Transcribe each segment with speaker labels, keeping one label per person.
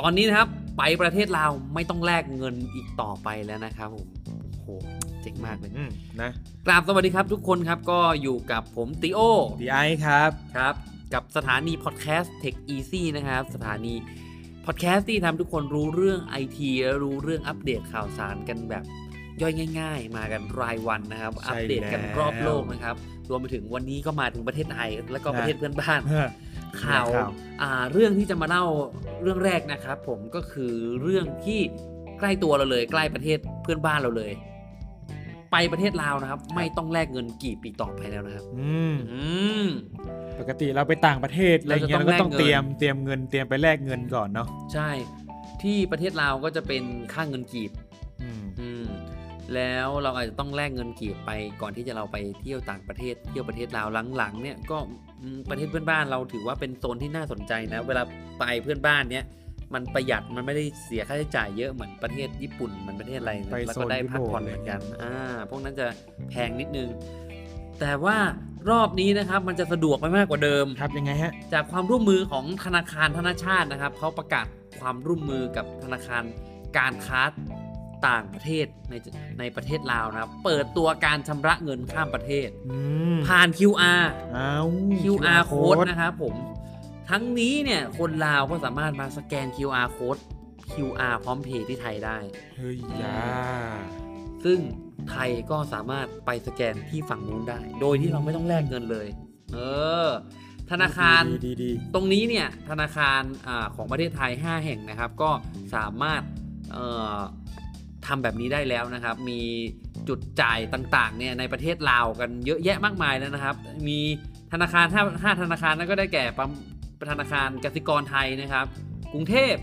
Speaker 1: ตอนนี้นะครับไปประเทศลาวไม่ต้องแลกเงินอีกต่อไปแล้วนะครับผมโอ้โหเจ๋งมากเลย
Speaker 2: อืมนะ
Speaker 1: กราบสวัสดีครับทุกคนครับก็อยู่กับผมติโอ
Speaker 2: ดีไอครับ
Speaker 1: ครับ กับสถานีพอดแคสต์ Tech Easy นะครับ สถานีพอดแคสต์ที่ทำทุกคนรู้เรื่อง IT และรู้เรื่องอัปเดตข่าวสารกันแบบย่อยง่าย ๆ มากันรายวันนะครับ
Speaker 2: ใช่
Speaker 1: อัปเดตกันรอบ
Speaker 2: แล้ว
Speaker 1: โลกนะครับ รวมไปถึงวันนี้ก็มาถึงประเทศไทย แล้วก็
Speaker 2: นะ
Speaker 1: ประเทศเพื่อนบ้าน ข่าว
Speaker 2: ข่าว
Speaker 1: อ่าเรื่องที่จะมาเล่าเรื่องแรกนะครับผมก็คือเรื่องที่ใกล้ตัวเราเลย ใกล้ประเทศเพื่อนบ้านเราเลย ไปประเทศลาวนะครับ ไม่ต้องแลกเงินกี่ปีต่อไปแล้วนะครับ
Speaker 2: อืม
Speaker 1: อืม
Speaker 2: ปกติเราไปต่างประเทศอะไรเงี้ย
Speaker 1: เรา
Speaker 2: เรา
Speaker 1: จะ
Speaker 2: ก็
Speaker 1: ต้
Speaker 2: ต้
Speaker 1: อ
Speaker 2: อง ง
Speaker 1: แลกเงิน
Speaker 2: เตรียมเตรียมเงินเตรียมไปแลกเงินก่อนเนาะ
Speaker 1: ใช่ ที่ประเทศลาวก็จะเป็นค่าเงินกีบ
Speaker 2: อืม
Speaker 1: อืม แล้วเราอาจจะต้องแลกเงินกีบไปก่อนที่จะเราไปเที่ยวต่างประเทศ เที่ยวประเทศลาวหลังๆ เนี่ยก็อืมประเทศเพื่อนบ้านเราถือว่าเป็นโซนที่น่าสนใจนะ เวลาไปเพื่อนบ้านเนี่ย มันประหยัดมันไม่ได้เสียค่าใช้จ่ายเยอะเหมือนประเทศญี่ปุ่นเหมือนประเทศอะไรนะ
Speaker 2: ไป
Speaker 1: แล้ว
Speaker 2: โซ
Speaker 1: ก็
Speaker 2: น
Speaker 1: ได้
Speaker 2: ยุ
Speaker 1: พัก
Speaker 2: โรป
Speaker 1: ผ่อน
Speaker 2: เล
Speaker 1: เหมื
Speaker 2: ย
Speaker 1: อน
Speaker 2: กั
Speaker 1: กัน น อ่า พวกนั้นจะแพงนิดนึง แต่ว่ารอบนี้นะครับมันจะสะดวกไปมากกว่าเดิม
Speaker 2: ครับยังไงฮะ
Speaker 1: จากความร่วมมือของธนาคารธนชาตินะครับเขาประกาศความร่วมมือกับธนาคารการค้าต่างประเทศในในประเทศลาวนะครับ เปิดตัวการชำระเงินข้ามประเทศ
Speaker 2: อืม
Speaker 1: ผ่าน QR
Speaker 2: เอา
Speaker 1: QR code
Speaker 2: code
Speaker 1: นะครับผมทั้งนี้เนี่ยคนลาวก็สามารถมาสแกน QR code QR พร้อมเพย์ที่ไทยได้
Speaker 2: เฮ้ยยา
Speaker 1: ซึ่งไทยก็สามารถไปสแกนที่ฝั่งนู้นได้ โดยที่เราไม่ต้องแลกเงินเลย เออ ธนาคาร
Speaker 2: ดีดีดี
Speaker 1: ตรงนี้เนี่ยธนาคารอาของประเทศไทย 5 แห่งนะครับ ก็สามารถเอ่อทำแบบนี้ได้แล้วนะครับ มีจุดจ่ายต่างๆเนี่ยในประเทศลาวกันเยอะแยะมากมายแล้วนะครับ มีธนาคาร5 5ธนาคารนั้นก็ได้แก่ปั๊มธนาคารกสิกรไทยนะครับ กรุงเทพ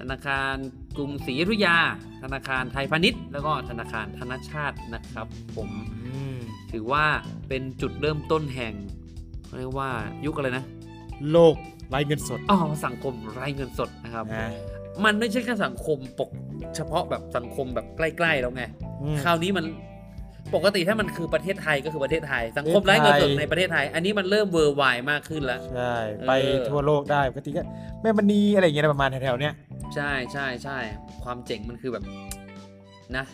Speaker 1: ธนาคารกรุงศรีอยุธยา ธนาคารไทยพาณิชย์ แล้วก็ธนาคารธนชาตินะครับผม
Speaker 2: อืม
Speaker 1: ถือว่าเป็นจุดเริ่มต้นแห่งเขาเรียกว่ายุคอะไรนะ
Speaker 2: โลกไร้เงินสด
Speaker 1: อ๋อสังคมไร้เงินสดนะครับ
Speaker 2: นะ
Speaker 1: มันไม่ใช่แค่สังคมปกเฉพาะแบบสังคมแบบใกล้ๆแล้วไง
Speaker 2: อืม
Speaker 1: คราวนี้มันปกติถ้ามันคือประเทศไทยก็คือประเทศไทย สังคมไร้เงินสด
Speaker 2: ประเทศไทย
Speaker 1: ในประเทศไทย อันนี้มันเริ่มเวอร์ไวมากขึ้นแล้ว
Speaker 2: ใช่ไป
Speaker 1: เออ
Speaker 2: ทั่วโลกได้ปกติก็แม่มณีอะไรอย่างเงี้ยนะประมาณแถวๆเนี้ย
Speaker 1: ใช่ใช่ใช่ความเจ๋งมันคือแบบนะ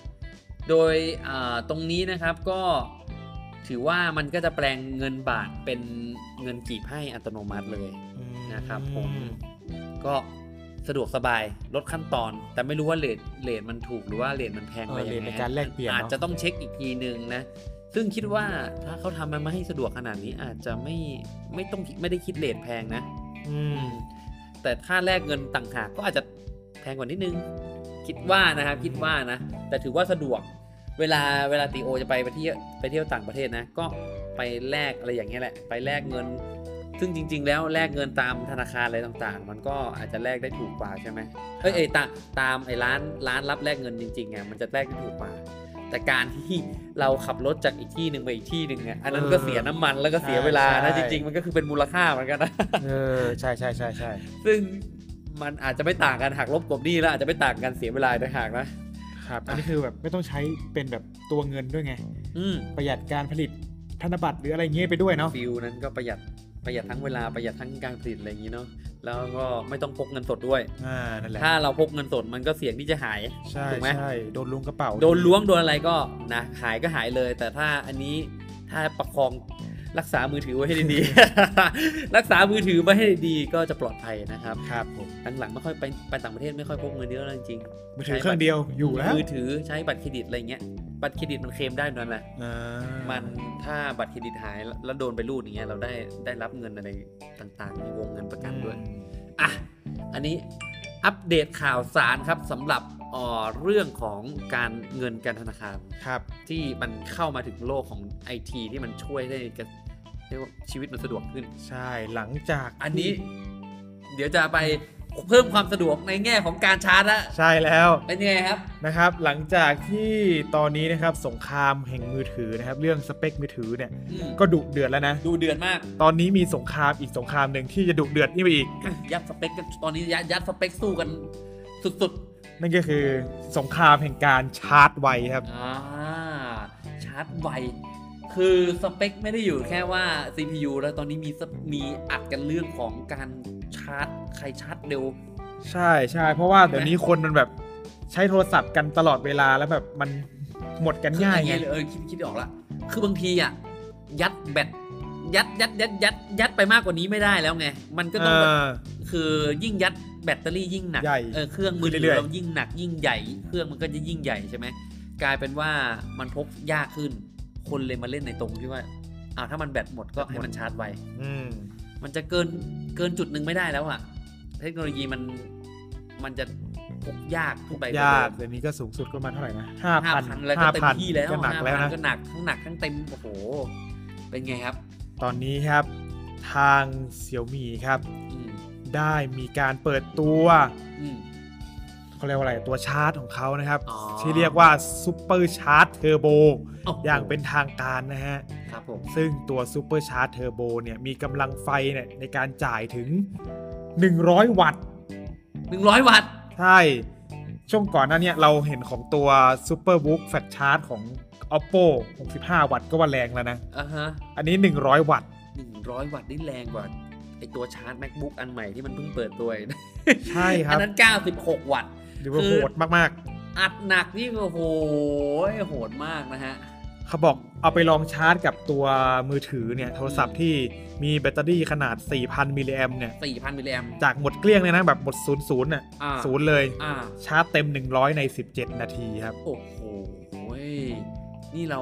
Speaker 1: โดยอ่าตรงนี้นะครับก็ถือว่ามันก็จะแปลงเงินบาทเป็นเงินกีบให้อัตโนมัติเลย นะครับผม
Speaker 2: อื
Speaker 1: ก็สะดวกสบายลดขั้นตอน แต่ไม่รู้ว่าเลทเลทมันถูกหรือว่าเลทมันแพง
Speaker 2: เอ
Speaker 1: ไป
Speaker 2: อ
Speaker 1: ยั
Speaker 2: เรียน
Speaker 1: งไง
Speaker 2: ในการแลกเปลี่ยน
Speaker 1: อาจ
Speaker 2: เนาะ
Speaker 1: จะต้องเช็คอีกทีหนึ่งนะ ซึ่งคิดว่าถ้าเขาทำมันมาให้สะดวกขนาดนี้อาจจะไม่ไม่ต้องไม่ได้คิดเลทแพงนะ
Speaker 2: อืม
Speaker 1: แต่ค่าแลกเงินต่างหากก็อาจจะแพงกว่านิดนึง คิดว่านะครับคิดว่านะ แต่ถือว่าสะดวก เวลาเวลาตีโอจะไปไปเที่ยวไปเที่ยวต่างประเทศนะ ก็ไปแลกอะไรอย่างเงี้ยแหละ ไปแลกเงิน ซึ่งจริง ๆ แล้วแลกเงินตามธนาคารอะไรต่างๆ มันก็อาจจะแลกได้ถูกกว่าใช่ไหมเอ้ยเอ้ยตามตามไอ้ร้านร้านรับแลกเงินจริงๆไงมันจะแลกได้ถูกกว่า แต่การที่เราขับรถจากอีกที่หนึ่งไปอีกที่หนึ่งเนี่ยอันนั้นก็เสียน้ำมันแล้วก็เสียเวลานะจ
Speaker 2: ใช่ใช่
Speaker 1: ริง ๆ มันก็คือเป็นมูลค่าเหมือนกันนะ
Speaker 2: เออใช่ใช่ใช่ใช่
Speaker 1: ซึ่งมันอาจจะไม่ต่างกันหักลบกลบหนี้แล้วอาจจะไม่ต่างกันเสียเวลาต่างหากนะ
Speaker 2: ครับ อันนี้คือแบบไม่ต้องใช้เป็นแบบตัวเงินด้วยไง
Speaker 1: อืม
Speaker 2: ประหยัดการผลิตธนบัตรหรืออะไรเงี้ยไปด้วยเนาะ
Speaker 1: ฟิลนั้นก็ประหยัดประหยัดทั้งเวลาประหยัดทั้งการผลิตอะไรอย่างนี้เนาะแล้วก็ไม่ต้องพกเงินสดด้วย
Speaker 2: อ่านั่นแหละ
Speaker 1: ถ้าเราพกเงินสดมันก็เสี่ยงที่จะหาย
Speaker 2: ใช่
Speaker 1: ถูกไหม
Speaker 2: ใช่โดนล้วงกระเป๋า
Speaker 1: โดนล้วงโดนอะไรก็นะหายก็หายเลย แต่ถ้าอันนี้ถ้าประคองรักษามือถือไว้ให้ดีๆ รักษามือถือไว้ให้ดีๆก็จะปลอดภัยนะครับ
Speaker 2: ครับผม
Speaker 1: หลังๆไม่ค่อยไปไปต่างประเทศไม่ค่อยพกเงินเยอะแล้วจริง
Speaker 2: มือถือเครื่องเดียวอยู่แล้ว
Speaker 1: มือถือใช้บัตรเครดิตอะไรเงี้ยบัตรเครดิตมันเคลมได้นั่นแหละ
Speaker 2: อ่า
Speaker 1: มันถ้าบัตรเครดิตหายแล้วแล้วโดนไปรูดอย่างเงี้ยเราได้ได้รับเงินอะไรต่างๆ มีวงเงินประกันด้วยอ่ะอันนี้อัปเดตข่าวสารครับสำหรับเอ่อเรื่องของการเงินการธนาคาร
Speaker 2: ครับ
Speaker 1: ที่มันเข้ามาถึงโลกของไอทีที่มันช่วยได้กับเรียกว่าชีวิตมันสะดวกขึ้น
Speaker 2: ใช่หลังจาก
Speaker 1: อันนี้ เดี๋ยวจะไปเพิ่มความสะดวกในแง่ของการชาร์จละ
Speaker 2: ใช่แล้ว
Speaker 1: เป็นยังไงครับ
Speaker 2: นะครับ หลังจากที่ตอนนี้นะครับสงครามแห่งมือถือนะครับ เรื่องสเปคมือถือเนี่ย
Speaker 1: อืม
Speaker 2: ก็ดุเดือดแล้วนะ
Speaker 1: ดูเดือดมาก
Speaker 2: ตอนนี้มีสงครามอีกสงครามหนึ่งที่จะดุเดือดนี่ไปอีก
Speaker 1: ยัดสเปคกันตอนนี้ยัดยัดสเปคสู้กันสุด
Speaker 2: นั่นก็คือสงครามแห่งการชาร์จไวครับ
Speaker 1: ๆ อ่า ชาร์จไว คือสเปคไม่ได้อยู่แค่ว่า CPU แล้วตอนนี้มีสมีอัดกันเรื่องของการชาร์จ ใครชาร์จเร็ว
Speaker 2: ใช่ใช่เพราะว่าเดี๋ยวนี้คนมันแบบใช้โทรศัพท์กันตลอดเวลาแล้วแบบมันหมดกันง่ายไง
Speaker 1: คือเออคิดคิดออกละ คือบางทีอ่ะยัดแบตยัดยัดยัดยัดยัดไปมากกว่านี้ไม่ได้แล้วไง มันก็ต้องแบบ คือยิ่งยัดแบตเตอรี่ยิ่งหนัก
Speaker 2: ใหญ่
Speaker 1: เออเครื่องมือ
Speaker 2: ขึ้น
Speaker 1: ถือ
Speaker 2: เรื่อยๆ
Speaker 1: เรายิ่งหนักยิ่งใหญ่ เครื่องมันก็จะยิ่งใหญ่ใช่ไหมกลายเป็นว่ามันพกยากขึ้น คนเลยมาเล่นในตรงที่ว่าอ้าวถ้ามันแบตหมดก็ให้มันชาร์จไว
Speaker 2: อืม
Speaker 1: มันจะเกินเกินจุดหนึ่งไม่ได้แล้วอะเทคโนโลยีมันมันจะพกยากขึ้นไป
Speaker 2: ญาติเดี๋ยวนี้ก็สูงสุดก็มาเท่าไหร่นะห้า
Speaker 1: ห้า
Speaker 2: พัน
Speaker 1: พันแล้วก็
Speaker 2: ห้า
Speaker 1: เต็ม
Speaker 2: พัน
Speaker 1: ที่แล้ว
Speaker 2: ก็หนักแล้ว
Speaker 1: 5,000
Speaker 2: นะ
Speaker 1: ก็หนักทั้งหนักทั้งเต็มโอ้โหเป็นไงครับ
Speaker 2: ตอนนี้ครับทางเสี่ยวมีครับ
Speaker 1: อืม
Speaker 2: ได้มีการเปิดตัว
Speaker 1: อืม
Speaker 2: เขาเรียกว่าอะไรตัวชาร์จของเขานะครับ
Speaker 1: อ๋อ
Speaker 2: ที่เรียกว่าซูเปอร์ชาร์จเทอร์โบ
Speaker 1: โโห
Speaker 2: อย่างเป็นทางการนะฮะ
Speaker 1: ครับผม
Speaker 2: ซึ่งตัวซูเปอร์ชาร์จเทอร์โบเนี่ยมีกำลังไฟเนี่ยในการจ่ายถึง 100 วัตต์
Speaker 1: หนึ่งร้อยวัตต์
Speaker 2: ใช่ ช่วงก่อนหน้าเนี้เราเห็นของตัว Superbook f a t Charge ของ Oppo 65 วัตต์ก็ว่าแรงแล้วนะ
Speaker 1: อ่าฮะ
Speaker 2: อันนี้ 100 วัตต์
Speaker 1: หนึ่งร้อยวัตต์นี่แรงกว่าไอตัวชาร์จ macbook อันใหม่ที่มันเพิ่งเปิดตัวอีกนะ
Speaker 2: ใช่ค
Speaker 1: อั
Speaker 2: รับ
Speaker 1: นั้นเก้าสิบหกวัตต์
Speaker 2: หรือว่า
Speaker 1: คือ
Speaker 2: โหดมาก
Speaker 1: อัดหนักนี่โอ้โหโหดมากนะฮะ
Speaker 2: ๆ เขาบอกเอาไปลองชาร์จกับตัวมือถือเนี่ย โทรศัพท์ที่มีแบตเตอรี่ขนาด 4,000 มิลลิแอมเนี่ย
Speaker 1: สี่พันมิลลิแอม
Speaker 2: จากหมดเกลี้ยงเลยนะแบบหมดศูนย์ศูนย์น่ะ
Speaker 1: อ่า
Speaker 2: ศูนย์เลย
Speaker 1: อ่า
Speaker 2: ชาร์จเต็ม 100 ใน 17 นาทีครับ
Speaker 1: โอ้โหยนี่เรา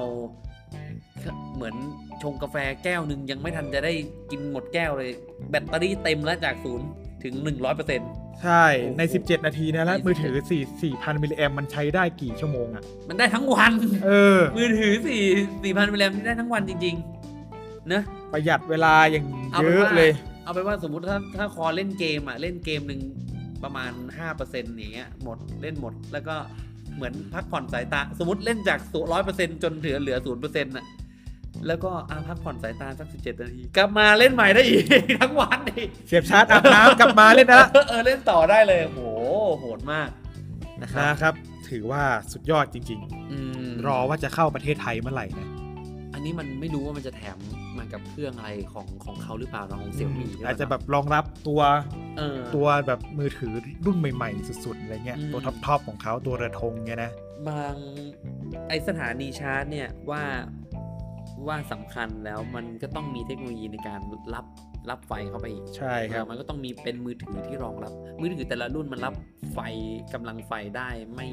Speaker 1: เหมือนชงกาแฟแก้วหนึ่งยังไม่ทันจะได้กินหมดแก้วเลย แบตเตอรี่เต็มแล้วจากศูนย์ถึง 100%เปอร์เซ็นต์
Speaker 2: ใช่ใน
Speaker 1: โอ้โห
Speaker 2: 17 นาทีนะแล้ว
Speaker 1: ใน
Speaker 2: มือถือ 4 4,000 มิลลิแอมมันใช้ได้กี่ชั่วโมงอ่ะ
Speaker 1: มันได้ทั้งวัน
Speaker 2: เออ
Speaker 1: มือถือสี่สี่พันมิลลิแอมนี่ได้ทั้งวันจริงๆเนอะ
Speaker 2: ประหยัดเวลาอย่าง
Speaker 1: เอา
Speaker 2: เย
Speaker 1: เป็น
Speaker 2: อะ
Speaker 1: ว่า
Speaker 2: เลย
Speaker 1: เอาเป็นว่าสมมติถ้าถ้าคอเล่นเกมอ่ะ เล่นเกมหนึ่งประมาณ 5%อย่างเงี้ยหมดเล่นหมดแล้วก็เหมือนพักผ่อนสายตา สมมติเล่นจากศูนร้อยเปอร์เซ็นจนเหลือเหลือศูนย์เปอร์เซ็นต์่ะแล้วก็อ่ะพักผ่อนสายตาสักสิบเจ็ดนาที กลับมาเล่นใหม่ได้อีก ทั้งวันอีก
Speaker 2: เสียบชาร์จอาบน้ำ กลับมาเล่นนะละ
Speaker 1: เออเออเล่นต่อได้เลย โหโหดมากนะครับ
Speaker 2: นะครับ ถือว่าสุดยอดจริง
Speaker 1: อืม
Speaker 2: ๆ รอว่าจะเข้าประเทศไทยเมื่อไหร่นะ
Speaker 1: อันนี้มันไม่รู้ว่ามันจะแถมมากับเครื่องอะไรของของเขาหรือเปล่าเนาะของเซี่ยมี่
Speaker 2: อาจจะแบบรองรับตัว
Speaker 1: เออ
Speaker 2: ตัวแบบมือถือรุ่นใหม่ ๆ สุด ๆ อะไรเงี้ย
Speaker 1: อืม
Speaker 2: ตัวท็อป ๆ ของเขาตัวเรือธงเงี้ยนะ
Speaker 1: บางไอสถานีชาร์จเนี่ยว่าว่าสำคัญแล้วมันก็ต้องมีเทคโนโลยีในการรับรับไฟเข้าไปอีก
Speaker 2: ใช่ครั
Speaker 1: เอ
Speaker 2: บ
Speaker 1: อมันก็ต้องมีเป็นมือถือที่รองรับ มือถือแต่ละรุ่นมันรับไฟกำลังไฟได้ไม่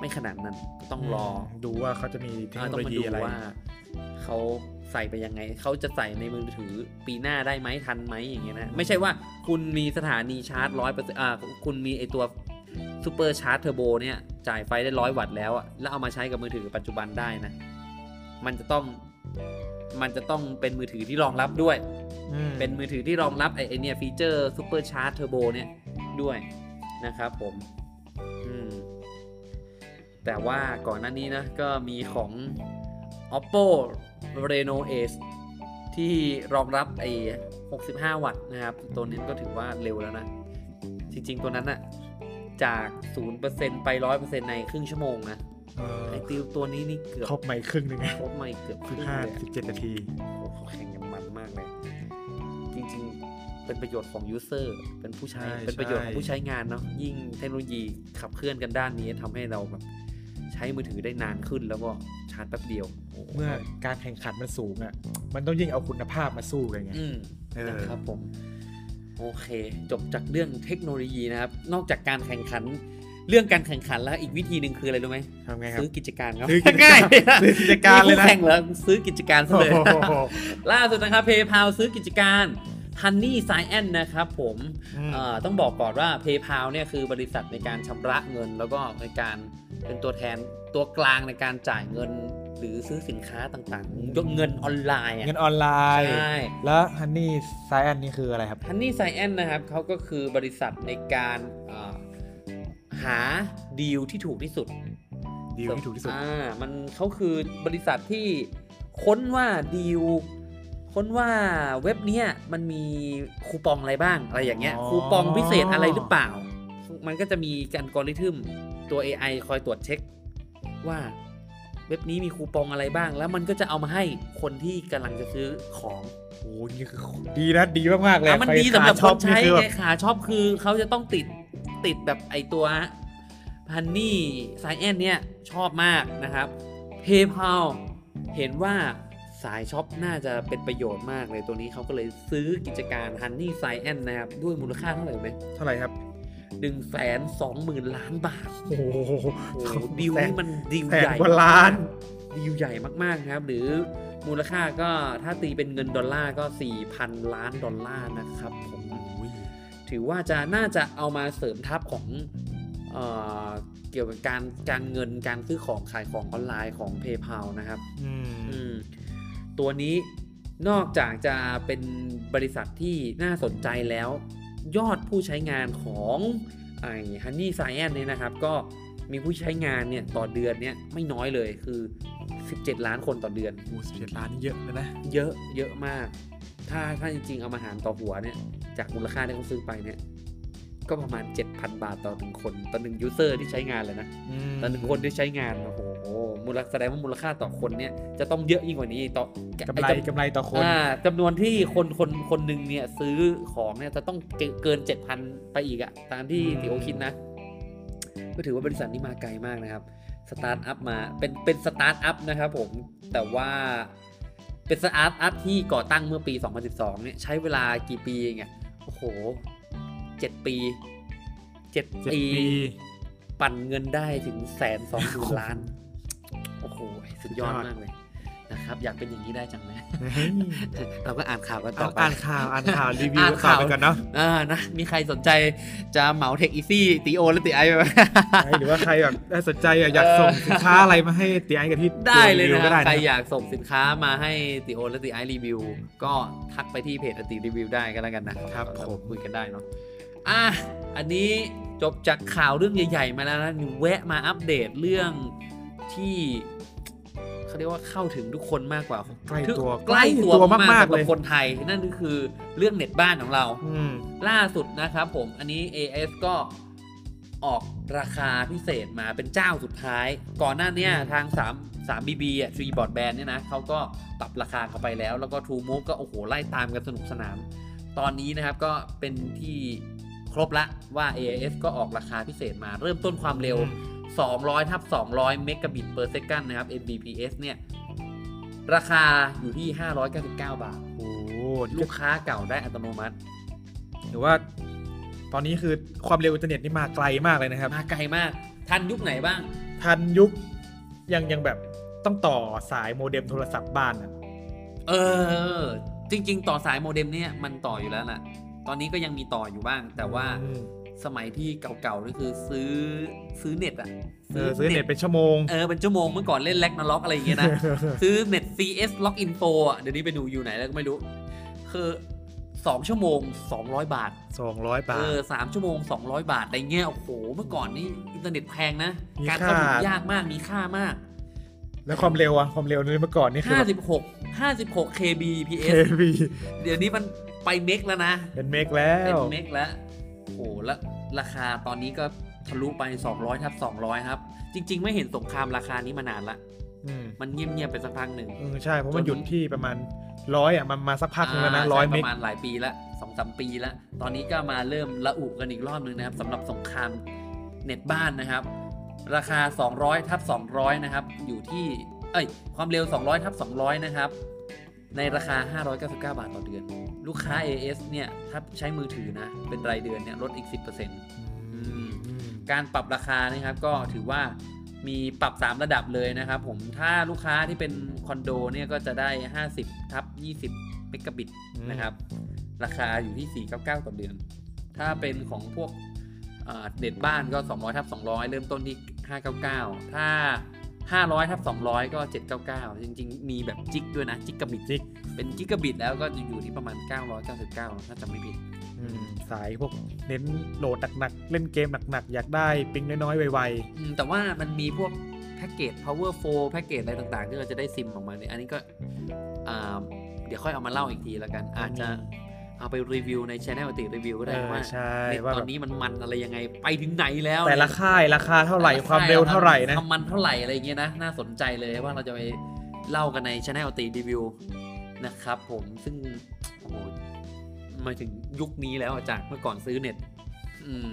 Speaker 1: ไม่ขนาดนั้นก็ต้องรอ
Speaker 2: ดูว่าเขาจะมีเทค
Speaker 1: อ่า
Speaker 2: โน
Speaker 1: ต้อง
Speaker 2: โล
Speaker 1: มา
Speaker 2: ยี
Speaker 1: ดู
Speaker 2: อะไร
Speaker 1: ว่าเขาใส่ไปยังไง เขาจะใส่ในมือถือปีหน้าได้ไหมทันไหมอย่างเงี้ยนะ ไม่ใช่ว่าคุณมีสถานีชาร์จร้อยเปอร์เซ็นต์อ่าคุณมีไอตัวซูเปอร์ชาร์จเทอร์โบเนี่ย จ่ายไฟได้ร้อยวัตต์แล้วอะแล้วเอามาใช้กับมือถือปัจจุบันได้นะ มันจะต้องมันจะต้องเป็นมือถือที่รองรับด้วย
Speaker 2: อืม
Speaker 1: เป็นมือถือที่รองรับไอไอเนี่ยฟีเจอร์ซูเปอร์ชาร์จเทอร์โบเนี่ยด้วยนะครับผม อืม แต่ว่าก่อนหน้านี้นะ ก็มีของ oppo reno ace ที่รองรับไอ65 วัตต์นะครับ ตัวนี้ก็ถือว่าเร็วแล้วนะ จริงๆตัวนั้นอะจาก 0%ไป 100%ในครึ่งชั่วโมงนะ
Speaker 2: เออ
Speaker 1: ไอติวตัวนี้นี่เกือบ
Speaker 2: ครบใหม่ครึ่งหนึ่งนะ
Speaker 1: ครบไม่เกือบค
Speaker 2: คื
Speaker 1: รึ่
Speaker 2: อง ห้า
Speaker 1: เลยอะ
Speaker 2: สิบเจ็ดนาที
Speaker 1: โอ้โหเขาแข่งกันมันมากเลย จริงๆ เป็นประโยชน์ของยูเซอร์เป็นผู้ใช้
Speaker 2: ใช่
Speaker 1: เป็นประโยชน์
Speaker 2: ใช่
Speaker 1: ของผู้ใช้งานเนาะ ยิ่งเทคโนโลยีขับเคลื่อนกันด้านนี้ทำให้เราแบบใช้มือถือได้นานขึ้นแล้วก็ชาร์จแป๊บเดียวโโห
Speaker 2: เมื่อการแข่งขันมันสูงอ่ะมันต้องยิ่งเอาคุณภาพมาสู้กันไง
Speaker 1: อืม
Speaker 2: เออ
Speaker 1: นะครับผม โอเค จบจากเรื่องเทคโนโลยีนะครับ นอกจากการแข่งขัน เรื่องการแข่งขันแล้วอีกวิธีหนึ่งคืออะไรรู้ไหม
Speaker 2: ทำไงครับ
Speaker 1: ซื้อกิจการครับ
Speaker 2: ซื้อกิจการ
Speaker 1: ง่าย
Speaker 2: ซื้อกิจการเลย
Speaker 1: มีคู่
Speaker 2: นะ
Speaker 1: แข่งเหรอซื้อกิจการซะ
Speaker 2: โอ้
Speaker 1: เลย
Speaker 2: โห
Speaker 1: ล่าสุดนะครับ PayPal ซื้อกิจการ Honey Cyan นะครับผม
Speaker 2: อืม
Speaker 1: เอ่อต้องบอกก่อนว่า PayPal เนี่ยคือบริษัทในการชำระเงิน แล้วก็ในการเป็นตัวแทนตัวกลางในการจ่ายเงิน หรือซื้อสินค้าต่างๆยกเงินออนไลน์อะ
Speaker 2: เงินออนไล
Speaker 1: ใช
Speaker 2: น์
Speaker 1: ่
Speaker 2: แล้วฮันนี่ไซแอนนี่คืออะไรครับ
Speaker 1: Honey Cyan นะครับเขาก็คือบริษัทในการเอ่อหาดีลที่ถูกที่สุด
Speaker 2: ดีลที่ถูกที่สุด
Speaker 1: อ่า มันเขาคือบริษัทที่ค้นว่าดีลค้นว่าเว็บเนี้ยมันมีคูปองอะไรบ้างอะไรอย่างเงี้ย
Speaker 2: อ๋อ
Speaker 1: คูปองพิเศษอะไรหรือเปล่า มันก็จะมีการกริทึมตัว AI คอยตรวจเช็ค ว่าเว็บนี้มีคูปองอะไรบ้าง แล้วมันก็จะเอามาให้คนที่กำลังจะซื้อของ
Speaker 2: โอ้โหนี่คือดีนะดีมากๆเลย
Speaker 1: อ่ะมันดีสำหรับค
Speaker 2: ใคชอบ
Speaker 1: น
Speaker 2: นี่
Speaker 1: ใช้
Speaker 2: คือแบ
Speaker 1: ไง
Speaker 2: บ
Speaker 1: ขาชอบคือเขาจะต้องติด ติดแบบไอตัวฮันนี่สายแอนเนี่ยชอบมากนะครับ PayPal เห็นว่าสายช็อปน่าจะเป็นประโยชน์มากเลยตัวนี้เขาก็เลยซื้อกิจการ Honey s c i e n นะครับ ด้วยมูลค่าเท่าไหร่ไหม
Speaker 2: เท่าไหร่ครับ
Speaker 1: หนึ่งแสนสองหมื่นล้านบาท
Speaker 2: โอ้โห
Speaker 1: โอ้โหดีลนี่มันดีล
Speaker 2: แส
Speaker 1: ให
Speaker 2: น
Speaker 1: ญ่
Speaker 2: กว่าล้าน
Speaker 1: ดีลใหญ่มากๆนะครับ หรือมูลค่าก็ถ้าตีเป็นเงินดอลลาร์ก็ 4,000 ล้านดอลลาร์นะครับผมถือว่าจะน่าจะเอามาเสริมทัพของเออเกี่ยวกับการการเงินการซื้อของขายของออนไลน์ของ PayPal นะครับ
Speaker 2: อืม
Speaker 1: อืมตัวนี้นอกจากจะเป็นบริษัทที่น่าสนใจแล้ว ยอดผู้ใช้งานของไอ้ Honey Science เนี่ยนะครับ ก็มีผู้ใช้งานเนี่ยต่อเดือนเนี่ยไม่น้อยเลยคือ 17 ล้านคนต่อเดือน
Speaker 2: โอ้สิบเจ็ดล้านนี่เยอะเลยนะ
Speaker 1: เยอะเยอะมาก ถ้าถ้าจริงๆ เอามาหารต่อหัวเนี่ย จากมูลค่าที่เขาซื้อไปเนี่ย ก็ประมาณ 7,000 บาทต่อหนึ่งคนต่อหนึ่งยูเซอร์ที่ใช้งานเลยนะ ต่อหนึ่งคนที่ใช้งานโอ้โหมูลค่าแสดงว่ามูลค่าต่อคนเนี่ยจะต้องเยอะยิ่งกว่านี้ต่อก
Speaker 2: ำไร
Speaker 1: อ้จำ
Speaker 2: กำไรต่อคน
Speaker 1: อ่าจำนวนที่คนคนคนหนึ่งเนี่ยซื้อของเนี่ยจะต้องเกินเกินเจ็ดพันไปอีกอะตามที่
Speaker 2: อืม
Speaker 1: ติโอคิดนะ ก็ถือว่าบริษัทนี้มาไกลมากนะครับสตาร์ทอัพมาเป็นเป็นสตาร์ทอัพนะครับผมแต่ว่าเป็นสตาร์ทอัพที่ก่อตั้งเมื่อปี 2012เนี่ยใช้เวลากี่ปีเองอะโอ้โหเจ็ดปีเจ็ด
Speaker 2: เจ็ด
Speaker 1: ปี
Speaker 2: ปี
Speaker 1: ปั่นเงินได้ถึงแสนสองหมื่นล้าน โอ้โห สุดยอดมากเลยนะครับ อยากเป็นอย่างนี้ได้จังเลย เราก็อ่านข่าวกันต่อไป
Speaker 2: อ่านข่าวอ่านข่าวรีวิว
Speaker 1: อ่าน
Speaker 2: ข่า
Speaker 1: ข่าว ว
Speaker 2: ไป กันเนาะ
Speaker 1: อ่านะ มีใครสนใจจะเหมาเทคอีซี่ตีโอและตีไอ ไหม
Speaker 2: หรือว่าใครแบบน่าสนใจอ่ะอยากส่งสินค้าอะไรมาให้ตีไอ้กับพี่
Speaker 1: ได้เลย
Speaker 2: รี
Speaker 1: นะค
Speaker 2: วิวก็
Speaker 1: รับ
Speaker 2: ได้
Speaker 1: ใคร
Speaker 2: นะ
Speaker 1: อยากส่งสินค้ามาให้ติโอและติไอรีวิว ก็ทักไปที่เพจอติรีวิวได้ก็แล้วกันนะครับ เา
Speaker 2: ผม
Speaker 1: คุยกันได้เนาะอ่ะอันนี้จบจากข่าวเรื่องใหญ่ ๆ มาแล้วนะแวะมาอัปเดตเรื่องที่เขาเรียกว่าเข้าถึงทุกคนมากกว่า
Speaker 2: ใกล้ตัว
Speaker 1: ใกล้ตัวมากๆสำห
Speaker 2: เล
Speaker 1: รั
Speaker 2: ย
Speaker 1: บคนไทย นั่นก็คือเรื่องเน็ตบ้านของเรา
Speaker 2: อืม
Speaker 1: ล่าสุดนะครับผม อันนี้ AS ก็ออกราคาพิเศษมาเป็นเจ้าสุดท้าย ก่อนหน้าเนี้ยทาง 3 3 BB อ่ะ Tree Broadband เนี่ยนะเขาก็ปรับราคาเข้าไปแล้ว แล้วก็ True Move ก็โอ้โห ไล่ตามกันสนุกสนาน ตอนนี้นะครับก็เป็นที่ครบละว่า AIS ก็ออกราคาพิเศษมาเริ่มต้นความเร็ว
Speaker 2: อืม
Speaker 1: 200ทับ200 เมกะบิตเ per second นะครับ Mbps เนี่ย ราคาอยู่ที่ 599 บาท
Speaker 2: โอ้โห
Speaker 1: ลูกค้าเก่าได้อัตโนมัติ
Speaker 2: หรือว่า ตอนนี้คือความเร็วอินเทอร์เน็ตนี่มาไกลมากเลยนะครับ
Speaker 1: มาไกลมาก ทันยุคไหนบ้าง
Speaker 2: ทันยุคยังยังแบบต้องต่อสายโมเด็มโทรศัพท์บ้านอ่ะ
Speaker 1: เออ จริง ๆ ต่อสายโมเด็มเนี่ยมันต่ออยู่แล้วน่ะ ตอนนี้ก็ยังมีต่ออยู่บ้าง แต่ว่า
Speaker 2: อืม
Speaker 1: สมัยที่เก่าๆนี่คือซื้อซื้อเน็ตอะ
Speaker 2: เออซื้อเน็ตเป็นชั่วโมง
Speaker 1: เออเป็นชั่วโมงเมื่อก่อนเล่นแล็กนาล็อกอะไรอย่างเงี้ยนะ ซื้อเน็ต CS Log Info อ่ะ เดี๋ยวนี้ไปดูอยู่ไหนแล้วก็ไม่รู้ คือ 2 ชั่วโมง 200 บาท
Speaker 2: สองร้อยบา
Speaker 1: เอ
Speaker 2: ท
Speaker 1: อสามชั่วโมง 200 บาทอะไรเงี้ยโอ้โห เมื่อก่อนนี่อินเทอร์เน็ตแพงนะ
Speaker 2: มี
Speaker 1: การเข้าถึง
Speaker 2: ค่าย
Speaker 1: ยากมากมีค่ามาก
Speaker 2: แล้วความเร็วอะความเร็วนี่เมื่อก่อนนี่คือแบ
Speaker 1: 56
Speaker 2: บ
Speaker 1: 56 kbps
Speaker 2: KB
Speaker 1: เดี๋ยวนี้มันไปเมกแล้วนะ
Speaker 2: เป็นเมกแล้
Speaker 1: เป็น
Speaker 2: ว
Speaker 1: เมกแล้ว โอ้โหแล้วราคาตอนนี้ก็ทะลุไป 200ทับ200 ครับ จริง ๆ ไม่เห็นสงครามราคานี้มานานละ
Speaker 2: อืม
Speaker 1: มันเงียบ ๆ ไปสักพักหนึ่ง
Speaker 2: เออใช่เพราะมัน
Speaker 1: จน
Speaker 2: หยุดที่ประมาณร้อยอ่ะมันมาสักพักหนึงแล้วนะร้อย
Speaker 1: ใช่
Speaker 2: เม
Speaker 1: ป
Speaker 2: ก
Speaker 1: ระมาณหลายปีละสองสามปีละตอนนี้ก็มาเริ่มระอุกันอีกรอบหนึ่งนะครับสำหรับสงครามเน็ตบ้านนะครับ ราคา 200ทับ200 นะครับ อยู่ที่ เอ้ย ความเร็ว 200ทับ200 นะครับ ในราคา 599 บาทต่อเดือน ลูกค้า AS เนี่ย ถ้าใช้มือถือนะ เป็นรายเดือนเนี่ย ลดอีก 10%อืม
Speaker 2: อืม
Speaker 1: การปรับราคานะครับก็ถือว่ามีปรับ 3 ระดับเลยนะครับผมถ้าลูกค้าที่เป็นคอนโดเนี่ยก็จะได้ 50ทับ20เมกะบิตนะครับ ราคาอยู่ที่ 499 ต่อเดือน ถ้าเป็นของพวกเอ่อเด็ดบ้านก็ 200ทับ200 เริ่มต้นที่ 599 ถ้า 500ทับ200 ก็ 799 จริงๆ มีแบบจิกด้วยนะ จิกกะบิตจิกเป็นจิกกะบิตแล้วก็จะอยู่ที่ประมาณ 999 ถ้าจำไม่ผิด
Speaker 2: อืมสายพวกเน้นโหลดหนักๆ เล่นเกมหนักๆ อยากได้ปิ้งน้อยๆ ไว
Speaker 1: อืมแต่ว่ามันมีพวกแพ็กเกจ power f o แพ็กเกจอะไรต่างๆ ที่เราจะได้ซิมออกมาเนี่ยอันนี้ก็อ่าเดี๋ยวค่อยเอามาเล่าอีกทีแล้วกัน อาจจะเอาไปรีวิวในช anel ติรีวิวก็
Speaker 2: ๆ
Speaker 1: ได้
Speaker 2: เออ
Speaker 1: ว่า
Speaker 2: ใช่
Speaker 1: เน็ต
Speaker 2: ว่า
Speaker 1: ตอ
Speaker 2: แบ
Speaker 1: น
Speaker 2: บ
Speaker 1: นี้มันมันอะไรยังไงไปถึงไหนแล้ว
Speaker 2: แต่ละ
Speaker 1: เนี่ย
Speaker 2: ค่ายราคาเท่าไหร่
Speaker 1: แต่ละ
Speaker 2: ความเร็วเท่าไหร่นะ
Speaker 1: ควมมันเท่าไหร่อะไรอย่างเงี้ยนะ น่าสนใจเลยว่าเราจะไปเล่ากันในช anel ติรีวิวนะครับผมซึ่งโอ้โหมาถึงยุคนี้แล้วอะจากเมื่อก่อนซื้อเน็ตอืม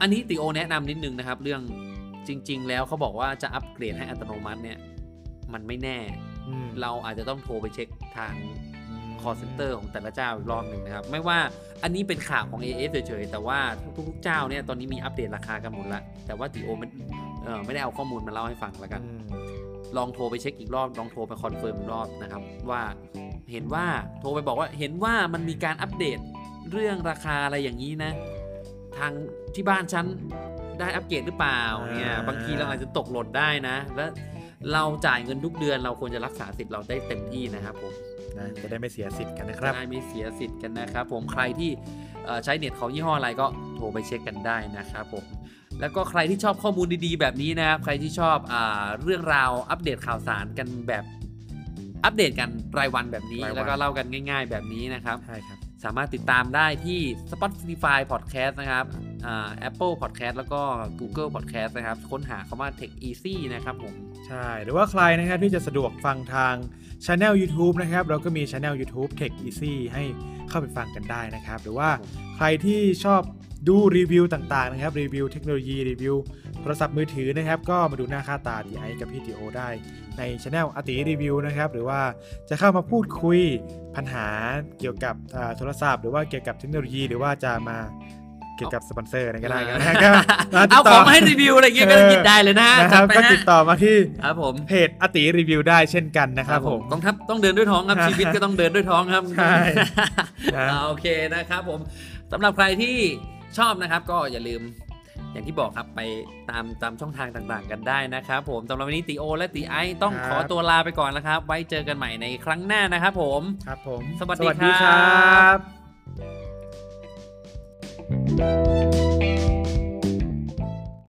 Speaker 1: อันนี้ติโอแนะนำนิดนึงนะครับ เรื่องจริง ๆ แล้วเขาบอกว่าจะอัปเกรดให้อัตโนมัติเนี่ย มันไม่แน่
Speaker 2: อืม
Speaker 1: เราอาจจะต้องโทรไปเช็คทาง call center ของแต่ละเจ้าอีกรอบหนึ่งนะครับ ไม่ว่าอันนี้เป็นข่าวของ AS เฉยๆ แต่ว่าทุกๆเจ้าเนี่ยตอนนี้มีอัปเดตราคากันหมดละแต่ว่าติโอไม่เอ่อไม่ได้เอาข้อมูลมาเล่าให้ฟังแล้วกัน
Speaker 2: อืม
Speaker 1: ลองโทรไปเช็คอีกรอบ ลองโทรไปคอนเฟิร์มอีกรอบนะครับ ว่าเห็นว่าโทรไปบอกว่าเห็นว่ามันมีการอัปเดตเรื่องราคาอะไรอย่างนี้นะ ทางที่บ้านฉันได้อัปเกรดหรือเปล่าเนี่ยบางทีเราอาจจะตกหล่นได้นะ และเราจ่ายเงินทุกเดือนเราควรจะรักษาสิทธิ์เราได้เต็มที่นะครับผม
Speaker 2: นะจะได้ไม่เสียสิทธิ์กันนะค
Speaker 1: จะ
Speaker 2: รับ
Speaker 1: ได้ไม่เสียสิทธิ์กันนะครับผมใครที่เอ่อใช้เน็ตของยี่ห้ออะไรก็โทรไปเช็คกันได้นะครับผมแล้วก็ใครที่ชอบข้อมูลดีๆ แบบนี้นะครับใครที่ชอบอาเรื่องราวอัปเดตข่าวสารกันแบบอัปเดตกันรายวันแบบนี้
Speaker 2: รายวัน
Speaker 1: แล้วก็เล่ากันง่าย ๆ แบบนี้นะครับ
Speaker 2: ใช่ครับ
Speaker 1: สามารถติดตามได้ที่ Spotify Podcast นะครับอ่า Apple Podcast แล้วก็ Google Podcast นะครับ ค้นหาคำว่า Tech Easy นะครับผม
Speaker 2: ใช่ หรือว่าใครนะครับที่จะสะดวกฟังทางช anel YouTube นะครับ เราก็มีช anel YouTube Tech Easy ให้เข้าไปฟังกันได้นะครับ หรือว่าใครที่ชอบดูรีวิวต่างๆนะครับ รีวิวเทคโนโลยี รีวิวโทรศัพท์มือถือนะครับ ก็มาดูหน้าค่าตาดีไอกับพี่ติโอได้ในช anel อติรีวิวนะครับ หรือว่าจะเข้ามาพูดคุยปัญหาเกี่ยวกับอ่าโทรศัพท์ หรือว่าเกี่ยวกับเทคโนโลยี หรือว่าจะมาเกี่ยวกับสปอนเซอร์อะไรก็ได้นะครั
Speaker 1: เอาเอาของมาให้รีวิวอะไรอย่างเงี้ยก็คิดได้เลยนะฮะ
Speaker 2: นะครับ
Speaker 1: จัดไป
Speaker 2: ก็
Speaker 1: ฮะ
Speaker 2: ติดต่อมาที่
Speaker 1: ครับผม
Speaker 2: เพจอติรีวิวได้เช่นกันนะครับผม
Speaker 1: ต้องทับต้องเดินด้วยท้องครับ ชีวิตก็ต้องเดินด้วยท้องครับ
Speaker 2: ใช่
Speaker 1: อ่าโอเคนะครับผมสำหรับใครที่ชอบนะครับ ก็อย่าลืมอย่างที่บอกครับไปตามตามช่องทางต่างๆ กันได้นะครับผมสำหรับวันนี้ติโอ และติไอซ์ต้อง
Speaker 2: ครับ
Speaker 1: ขอตัวลาไปก่อนแล้วครับ ไว้เจอกันใหม่ในครั้งหน้านะครับผม
Speaker 2: ครับผม
Speaker 1: สวัสดี
Speaker 2: ค
Speaker 1: ครั
Speaker 2: รับ